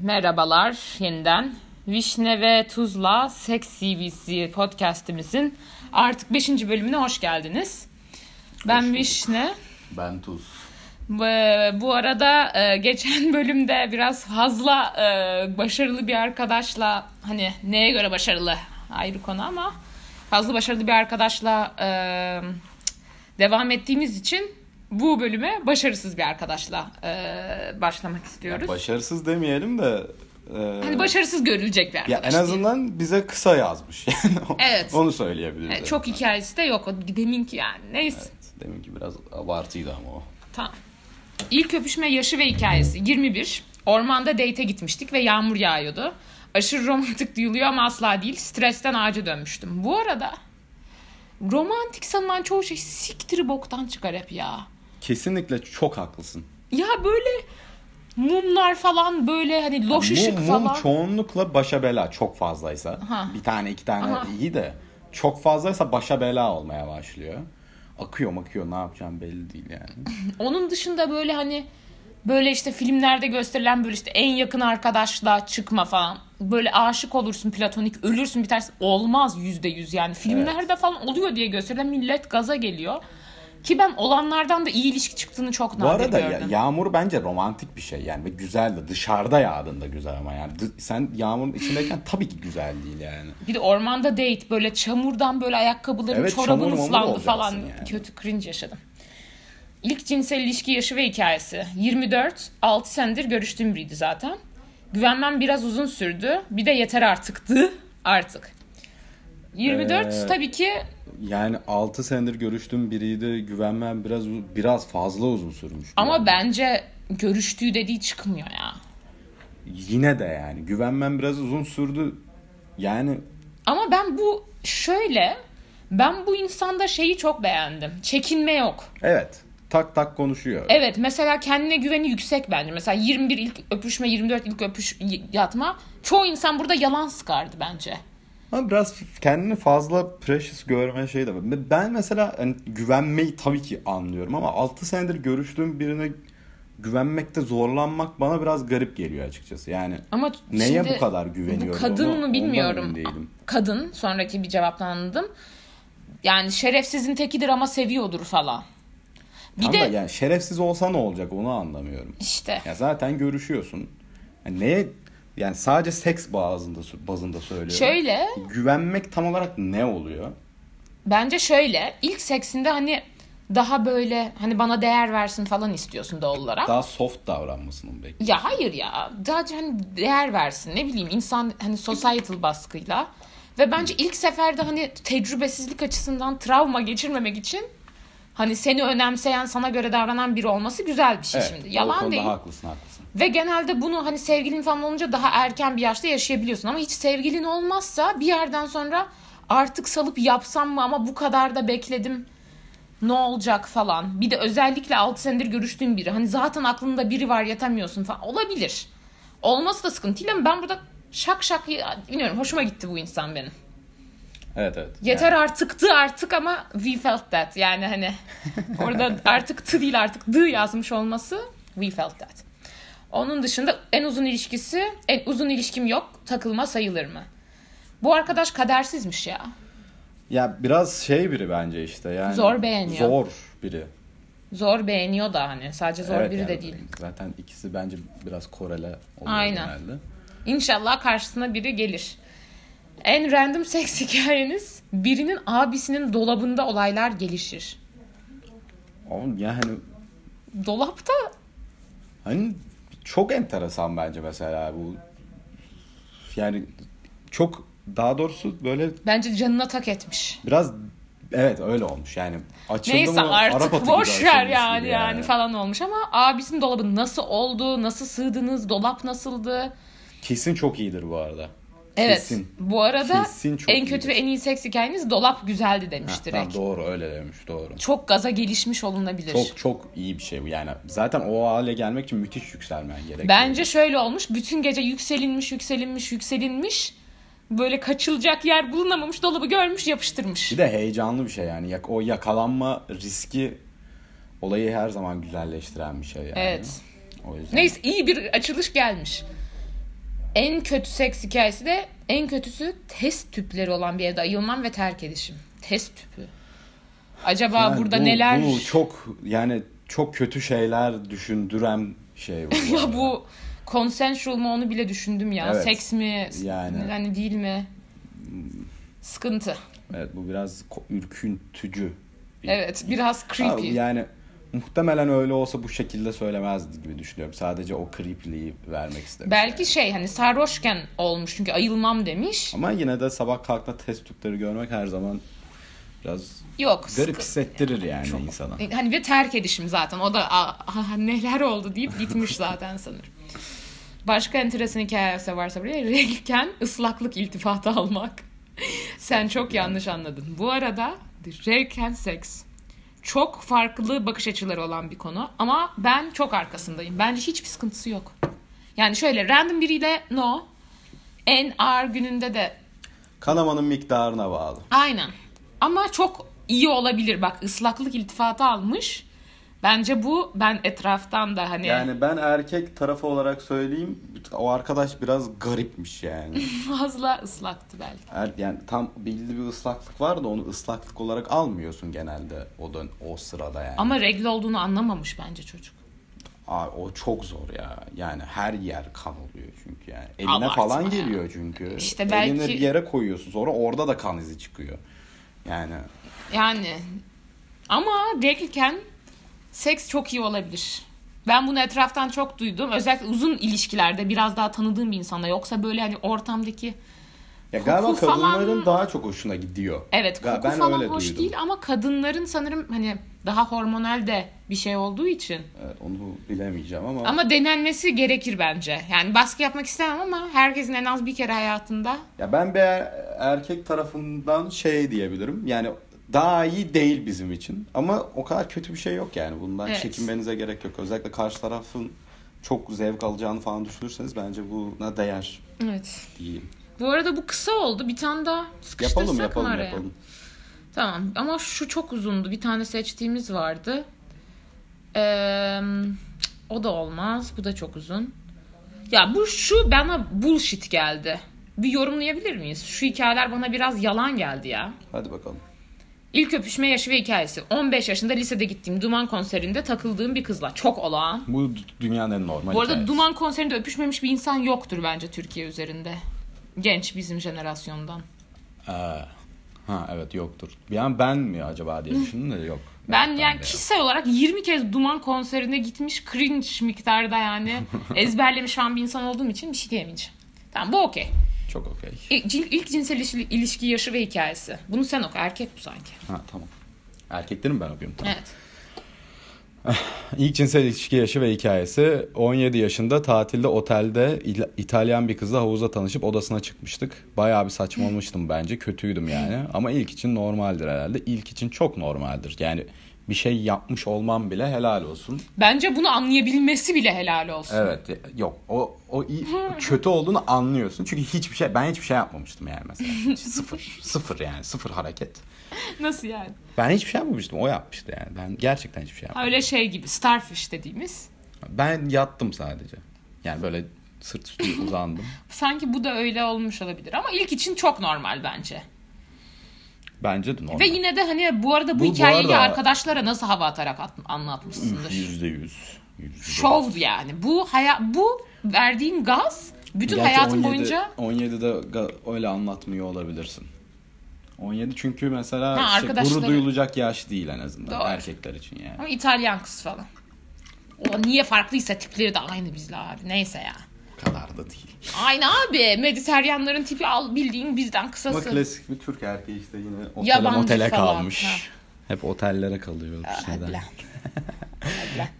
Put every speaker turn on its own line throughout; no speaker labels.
Merhabalar yeniden. Vişne ve Tuzla Sex CVC podcastimizin artık 5. bölümüne hoş geldiniz. Ben
Hoş bulduk.
Vişne.
Ben tuz.
Ve Bu arada e, geçen bölümde biraz fazla e, başarılı bir arkadaşla hani neye göre başarılı ayrı konu ama fazla başarılı bir arkadaşla e, devam ettiğimiz için bu bölüme başarısız bir arkadaşla e, başlamak istiyoruz.
Başarısız demeyelim de e,
Hani başarısız görülecek bir
ya
arkadaş.
en
diye.
azından bize kısa yazmış. Yani o-
Evet.
Onu söyleyebiliriz.
Yani E, çok
Evet.
hikayesi de yok. O deminki yani. Neyse.
Deminki biraz abartıydı ama o.
Tamam. İlk öpüşme yaşı ve hikayesi. 21. Ormanda date'e gitmiştik ve yağmur yağıyordu. Aşırı romantik duyuluyor ama asla değil. Stresten ağaca dönmüştüm. Bu arada romantik sanılan çoğu şey siktiri boktan çıkar hep ya.
Kesinlikle çok haklısın.
Ya böyle mumlar falan böyle hani loş
mum,
ışık
mum
falan.
çoğunlukla başa bela çok fazlaysa.
Ha.
Bir tane iki tane
Aha.
iyi de çok fazlaysa başa bela olmaya başlıyor. Akıyor makıyor ne yapacağım belli değil yani.
Onun dışında böyle hani böyle işte filmlerde gösterilen böyle işte en yakın arkadaşla çıkma falan. Böyle aşık olursun platonik ölürsün bitersin. Olmaz yüzde yüz yani. Filmlerde falan oluyor diye gösterilen millet gaza geliyor. Ki ben olanlardan da iyi ilişki çıktığını çok
Bu
nadir
arada ya,
gördüm.
yağmur bence romantik bir şey yani ve güzel de dışarıda yağdığında güzel ama yani Dı- sen yağmurun içindeyken tabii ki güzel değil yani.
Bir de ormanda date böyle çamurdan böyle ayakkabıların
Evet, çamur
çorabın
mamur
ıslandı
olacaksın
falan.
yani.
Kötü cringe yaşadım. İlk cinsel ilişki yaşı ve hikayesi. 24, 6 senedir görüştüğüm biriydi zaten. Güvenmem biraz uzun sürdü. Bir de yeter artıktı. Artık. 24
Ee,
tabii ki
Yani 6 senedir görüştüğüm biriydi. Güvenmem biraz biraz fazla uzun sürmüş.
ama
Yani
bence görüştüğü dediği çıkmıyor ya.
yine de yani güvenmem biraz uzun sürdü. Yani
Ama ben bu şöyle ben bu insanda şeyi çok beğendim. Çekinme yok.
evet tak tak konuşuyor.
Evet mesela kendine güveni yüksek bence. Mesela 21 ilk öpüşme, 24 ilk öpüş y- yatma. Çoğu insan burada yalan sıkardı bence.
Ama biraz kendini fazla precious görme şeyi de var. Ben mesela hani güvenmeyi tabii ki anlıyorum ama 6 senedir görüştüğüm birine güvenmekte zorlanmak bana biraz garip geliyor açıkçası. Yani
Ama
neye
şimdi
bu kadar güveniyorum?
bu kadın
ona- ondan
mı bilmiyorum.
emin değilim.
Kadın sonraki bir cevaptan anladım. Yani şerefsizin tekidir ama seviyordur falan. Bir
Ama
de
yani şerefsiz olsa ne olacak onu anlamıyorum.
işte
Ya zaten görüşüyorsun. Yani neye yani sadece seks bazında bazında söylüyorum.
şöyle
güvenmek tam olarak ne oluyor?
Bence şöyle ilk seksinde hani daha böyle hani bana değer versin falan istiyorsun doğal olarak.
Daha soft davranmasını bekliyorum.
Ya hayır ya. Daha hani değer versin. Ne bileyim insan hani societal baskıyla. Ve bence ilk seferde hani tecrübesizlik açısından travma geçirmemek için hani seni önemseyen, sana göre davranan biri olması güzel bir şey
Evet,
şimdi.
o
Yalan
konuda
değil.
haklısın haklısın.
Ve genelde bunu hani sevgilin falan olunca daha erken bir yaşta yaşayabiliyorsun. Ama hiç sevgilin olmazsa bir yerden sonra artık salıp yapsam mı ama bu kadar da bekledim ne olacak falan. Bir de özellikle 6 senedir görüştüğün biri. Hani zaten aklında biri var yatamıyorsun falan. Olabilir. Olması da sıkıntı değil ama ben burada şak şak ya- bilmiyorum hoşuma gitti bu insan benim.
Evet evet.
Yeter artıktı artık ama we felt that. Yani hani orada artık tı değil artık dı yazmış olması we felt that. Onun dışında en uzun ilişkisi, en uzun ilişkim yok takılma sayılır mı? Bu arkadaş kadersizmiş ya.
Ya biraz şey biri bence işte yani.
Zor beğeniyor.
Zor biri.
Zor beğeniyor da hani sadece zor
Evet
biri
yani
de değil.
Zaten ikisi bence biraz korele oluyor
Aynen.
genelde.
İnşallah karşısına biri gelir. En random seks hikayeniz birinin abisinin dolabında olaylar gelişir.
Oğlum yani
Dolapta
hani çok enteresan bence mesela bu. Yani çok daha doğrusu böyle
bence canına tak etmiş.
biraz evet öyle olmuş yani açıldı
Neyse
mı Arap atı
artık
gibi
boş ver
açılmış
yani,
gibi
yani falan olmuş ama abisinin dolabı nasıl oldu, nasıl sığdınız, dolap nasıldı?
Kesin çok iyidir bu arada.
Evet.
Kesin.
Bu arada
Kesin çok
en kötü
iyidir.
ve en iyi seks hikayeniz dolap güzeldi demiş
Ha,
direkt.
tamam, doğru öyle demiş doğru.
Çok gaza gelişmiş olunabilir.
Çok çok iyi bir şey bu yani. Zaten o hale gelmek için müthiş yükselmen gerekiyor.
Bence şöyle olmuş. Bütün gece yükselinmiş, yükselinmiş, yükselinmiş. Böyle kaçılacak yer bulunamamış. Dolabı görmüş, yapıştırmış.
Bir de heyecanlı bir şey yani. Yak- O yakalanma riski olayı her zaman güzelleştiren bir şey yani.
Evet.
O yüzden.
Neyse iyi bir açılış gelmiş. En kötü seks hikayesi de en kötüsü test tüpleri olan bir evde ayılmam ve terk edişim. Test tüpü. Acaba
Yani
burada
bu-
neler
Bu çok yani çok kötü şeyler düşündüren şey bu.
ya bu consensual mu onu bile düşündüm ya.
Evet.
Seks mi?
Yani.
Yani. değil mi? Sıkıntı.
Evet bu biraz ko- ürküntücü. bir-
Evet biraz
Ha,
creepy.
Yani muhtemelen öyle olsa bu şekilde söylemezdi gibi düşünüyorum. Sadece o creepy'liği vermek istedim.
Belki şey hani sarhoşken olmuş çünkü ayılmam demiş.
Ama yine de sabah kalkta test tüpleri görmek her zaman biraz
Yok.
garip
sıkı-
hissettirir yani insana.
Hani ve terk edişim zaten. O da "Aa, aha, neler oldu deyip gitmiş zaten sanırım. Başka enteresan hikayesi varsa buraya renken ıslaklık iltifatı almak. Sen çok yanlış anladın. Bu arada renken seks çok farklı bakış açıları olan bir konu ama ben çok arkasındayım. Bence hiçbir sıkıntısı yok. Yani şöyle random biriyle no. En ağır gününde de
Kanamanın miktarına bağlı.
Aynen. Ama çok iyi olabilir. Bak ıslaklık iltifatı almış. Bence bu ben etraftan da hani
Yani ben erkek tarafı olarak söyleyeyim o arkadaş biraz garipmiş yani.
fazla ıslaktı belki.
Er- yani tam belli bir ıslaklık var da onu ıslaklık olarak almıyorsun genelde o dön o sırada yani.
Ama regle olduğunu anlamamış bence çocuk.
Aa, o çok zor ya. Yani her yer kan oluyor çünkü yani. Eline
Abartma
falan
ya.
geliyor çünkü.
İşte belki-
Elini bir yere koyuyorsun sonra orada da kan izi çıkıyor. Yani
Yani ama regleken seks çok iyi olabilir. Ben bunu etraftan çok duydum. Özellikle uzun ilişkilerde biraz daha tanıdığım bir insana. Yoksa böyle hani ortamdaki
ya galiba
Koku falan- E-
kadınların daha çok hoşuna gidiyor.
Evet
Ga-
koku falan hoş değil ama kadınların sanırım hani daha hormonal de bir şey olduğu için.
Evet, onu bilemeyeceğim ama,
Ama denenmesi gerekir bence. Yani baskı yapmak istemem ama herkesin en az bir kere hayatında.
ya ben bir er- erkek tarafından şey diyebilirim. Yani daha iyi değil bizim için. Ama o kadar kötü bir şey yok yani. Bundan
Evet.
çekinmenize gerek yok. Özellikle karşı tarafın çok zevk alacağını falan düşünürseniz bence buna değer
Evet.
diyeyim.
Bu arada bu kısa oldu. Bir tane daha sıkıştırsak
Yapalım
mı
yapalım
araya?
yapalım.
Tamam ama şu çok uzundu. Bir tane seçtiğimiz vardı. Ee, o da olmaz. Bu da çok uzun. Ya bu şu bana bullshit geldi. Bir yorumlayabilir miyiz? Şu hikayeler bana biraz yalan geldi ya.
Hadi bakalım.
İlk öpüşme yaşı ve hikayesi. 15 yaşında lisede gittiğim Duman konserinde takıldığım bir kızla. Çok olağan.
Bu d- dünyanın en normal
Bu arada
hikayesi.
Duman konserinde öpüşmemiş bir insan yoktur bence Türkiye üzerinde. Genç bizim jenerasyondan.
Ee, ha evet yoktur. Bir an ben mi acaba diye düşündüm de yok.
Ben
Yok,
yani
de
kişisel olarak 20 kez Duman konserine gitmiş cringe miktarda yani ezberlemiş falan bir insan olduğum için bir şey diyemeyeceğim. Tamam bu okey.
yok. Çok okey.
İlk, ilk cinsel ilişki, ilişki yaşı ve hikayesi. Bunu sen oku erkek bu sanki.
Ha tamam. Erkekleri mi ben okuyorum? Tamam.
Evet.
İlk cinsel ilişki yaşı ve hikayesi 17 yaşında tatilde otelde İl- İtalyan bir kızla havuza tanışıp odasına çıkmıştık. Bayağı bir saçmalamıştım bence. Kötüydüm yani. Ama ilk için normaldir herhalde. İlk için çok normaldir. Yani bir şey yapmış olmam bile helal olsun.
Bence bunu anlayabilmesi bile helal olsun.
Evet e, yok o o iyi- kötü olduğunu anlıyorsun. Çünkü hiçbir şey ben hiçbir şey yapmamıştım yani mesela. Hiç sıfır sıfır yani sıfır hareket.
Nasıl yani?
Ben hiçbir şey yapmamıştım. O yapmıştı yani. Ben gerçekten hiçbir şey yapmadım.
Öyle şey gibi starfish dediğimiz.
Ben yattım sadece. Yani böyle sırt üstü uzandım.
Sanki bu da öyle olmuş olabilir ama ilk için çok normal bence.
Bence de normal.
Ve yine de hani bu arada bu,
Bu- bu
hikayeyi
arada-
arkadaşlara nasıl hava atarak at- anlatmışsındır.
yüzde yüz. Yüzde yüz.
Şov yani. Bu haya bu verdiğin gaz bütün
Gerçi
hayatın boyunca
17'de ga- öyle anlatmıyor olabilirsin. 17 çünkü mesela
Ha,
şey,
arkadaşları-
gurur duyulacak yaş değil en azından
Doğru.
erkekler için yani.
ama İtalyan kız falan. O niye farklıysa tipleri de aynı bizle abi. Neyse ya.
O kadar da değil.
Aynı abi. Mediteryanların tipi al bildiğin bizden
Ama
kısası.
klasik bir Türk erkeği işte yine otele
Yabancı
motele
falan,
kalmış.
ha.
Hep otellere kalıyor.
Hadi lan.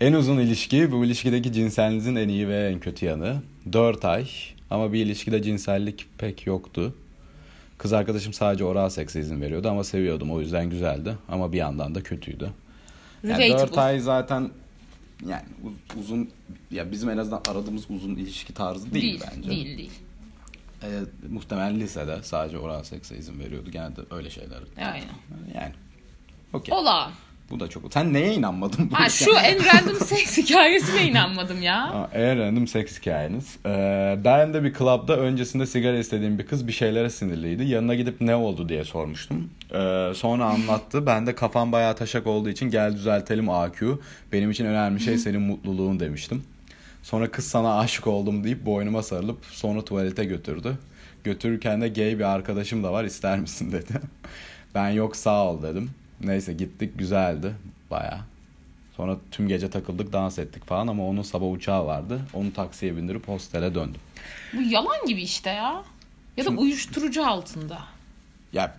En uzun ilişki bu ilişkideki cinselinizin en iyi ve en kötü yanı. 4 ay ama bir ilişkide cinsellik pek yoktu. Kız arkadaşım sadece oral sekse izin veriyordu ama seviyordum o yüzden güzeldi ama bir yandan da kötüydü. Yani 4
Relatable.
ay zaten yani uz- uzun ya bizim en azından aradığımız uzun ilişki tarzı değil,
Değil,
bence.
değil, değil.
Ee, muhtemelen lisede sadece oral sekse izin veriyordu. Genelde öyle şeyler.
Aynen.
Yani okey.
Olağan.
Bu da çok. Sen neye inanmadın?
Ha, şu en random seks hikayesine inanmadım ya.
Ha, en random seks hikayeniz. Ee, ben de bir klapta öncesinde sigara istediğim bir kız bir şeylere sinirliydi. Yanına gidip ne oldu diye sormuştum. Ee, sonra anlattı. Ben de kafam bayağı taşak olduğu için gel düzeltelim AQ. Benim için önemli şey senin mutluluğun demiştim. Sonra kız sana aşık oldum deyip boynuma sarılıp sonra tuvalete götürdü. Götürürken de gay bir arkadaşım da var ister misin dedi. Ben yok sağ ol dedim. Neyse gittik güzeldi baya. Sonra tüm gece takıldık dans ettik falan ama onun sabah uçağı vardı. Onu taksiye bindirip hostele döndüm.
Bu yalan gibi işte ya. Ya da uyuşturucu altında.
Ya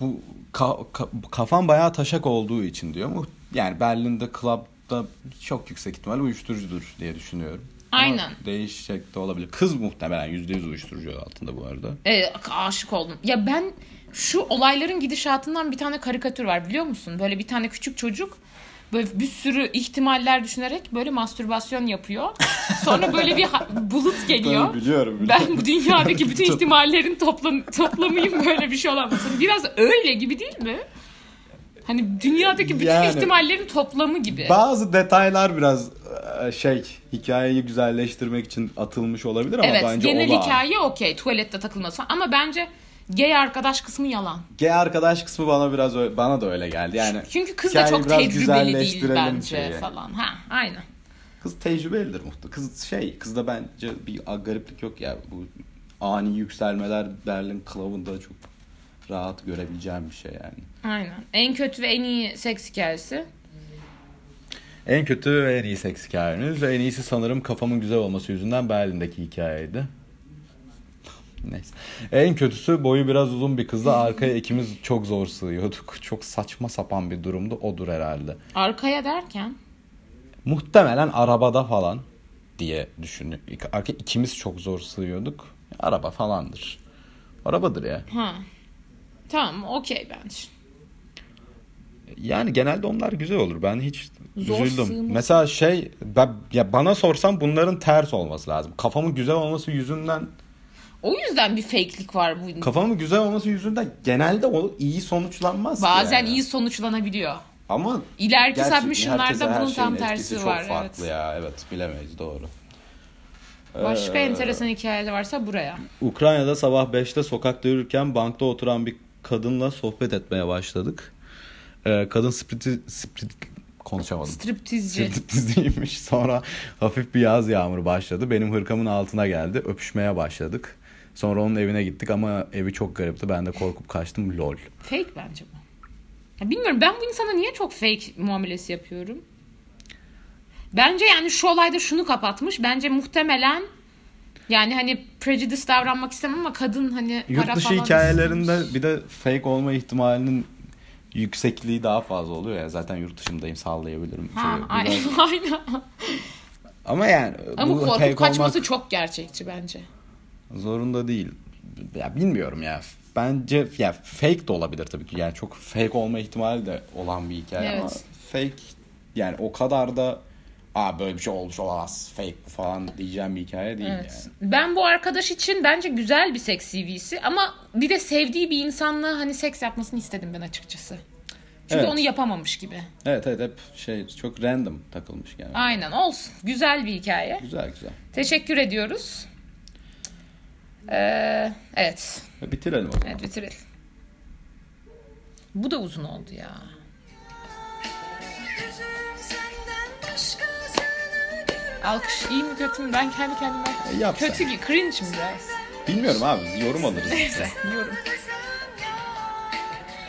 bu ka- ka- kafam bayağı taşak olduğu için diyor mu? Yani Berlin'de club'da çok yüksek ihtimal uyuşturucudur diye düşünüyorum. Ama
Aynen.
değişecek de olabilir. Kız muhtemelen %100 uyuşturucu altında bu arada.
E, aşık oldum. Ya ben şu olayların gidişatından bir tane karikatür var biliyor musun? Böyle bir tane küçük çocuk böyle bir sürü ihtimaller düşünerek böyle mastürbasyon yapıyor. Sonra böyle bir ha- bulut geliyor.
biliyorum.
Ben bu dünyadaki bütün ihtimallerin toplam toplamıyım böyle bir şey olamaz. Hani Biraz öyle gibi değil mi? Hani dünyadaki bütün
Yani-
ihtimallerin toplamı gibi.
Bazı detaylar biraz e, şey hikayeyi güzelleştirmek için atılmış olabilir ama
evet,
bence
genel
olağan.
hikaye okey. Tuvalette takılması falan. ama bence gay arkadaş kısmı yalan.
G arkadaş kısmı bana biraz öyle, bana da öyle geldi. Yani
Çünkü kız da
hikayeyi
çok
biraz
tecrübeli değil
güzelleştirelim
bence
şeyi.
falan. Ha, aynen.
Kız tecrübelidir muhtemelen. Kız şey, kızda bence bir gariplik yok ya. Bu ani yükselmeler Berlin Club'ında çok rahat görebileceğim bir şey yani.
Aynen. En kötü ve en iyi seks hikayesi.
En kötü ve en iyi seks hikayeniz. En iyisi sanırım kafamın güzel olması yüzünden Berlin'deki hikayeydi. Neyse. En kötüsü boyu biraz uzun bir kızla arkaya ikimiz çok zor sığıyorduk. Çok saçma sapan bir durumdu. Odur herhalde.
Arkaya derken
Muhtemelen arabada falan diye düşünüyorum. Arka ikimiz çok zor sığıyorduk. Araba falandır. Arabadır ya.
ha. Tamam, okey bence.
Yani genelde onlar güzel olur. Ben hiç
Zor
üzüldüm.
sığması.
Mesela şey ben, ya bana sorsan bunların ters olması lazım. Kafamın güzel olması yüzünden
O yüzden bir fake'lik var bu.
kafamın güzel olması yüzünden genelde o iyi sonuçlanmaz ki
Bazen
yani.
iyi sonuçlanabiliyor.
ama
İleriki
gerçi herkese
submission'larda
her
bunun tam
şeyin etkisi
tersi
çok
var.
farklı
evet.
ya. Evet bilemeyiz doğru.
Başka
Ee,
enteresan hikayeler varsa buraya.
Ukrayna'da sabah 5'te sokakta yürürken bankta oturan bir kadınla sohbet etmeye başladık. Ee, kadın spriti, sprit konuşamadım.
Striptizci.
Striptizciymiş. Sonra hafif bir yaz yağmuru başladı. Benim hırkamın altına geldi. Öpüşmeye başladık. Sonra onun evine gittik ama evi çok garipti. Ben de korkup kaçtım. Lol.
Fake bence bu. Ya bilmiyorum ben bu insana niye çok fake muamelesi yapıyorum? Bence yani şu olayda şunu kapatmış. Bence muhtemelen yani hani prejudice davranmak istemem ama kadın hani para
Yurt dışı
falan
hikayelerinde
istemiş.
bir de fake olma ihtimalinin yüksekliği daha fazla oluyor ya. Zaten yurt dışındayım sallayabilirim.
Ha,
Çünkü
ay-
biraz-
aynen.
Ama yani
Ama
bu
korkup
fake
kaçması
olmak-
çok gerçekçi bence.
Zorunda değil. Ya bilmiyorum ya. Bence ya fake de olabilir tabii ki. Yani çok fake olma ihtimali de olan bir hikaye ama
Evet.
fake yani o kadar da aa böyle bir şey olmuş olamaz fake bu falan diyeceğim bir hikaye değil
Evet.
yani.
Ben bu arkadaş için bence güzel bir seks CV'si ama bir de sevdiği bir insanla hani seks yapmasını istedim ben açıkçası. Çünkü
Evet.
onu yapamamış gibi.
Evet evet hep şey çok random takılmış yani.
Aynen olsun. Güzel bir hikaye.
Güzel güzel.
Teşekkür ediyoruz. Ee, evet.
Bitirelim o zaman.
Evet bitirelim. Bu da uzun oldu ya.
Gözüm senden başka sana görmez.
Alkış iyi mi kötü mü? Ben kendi kendime...
E, yap sen.
kötü gibi. Cringe mi biraz?
Bilmiyorum abi yorum alırız.
Neyse. Yorum.
Sen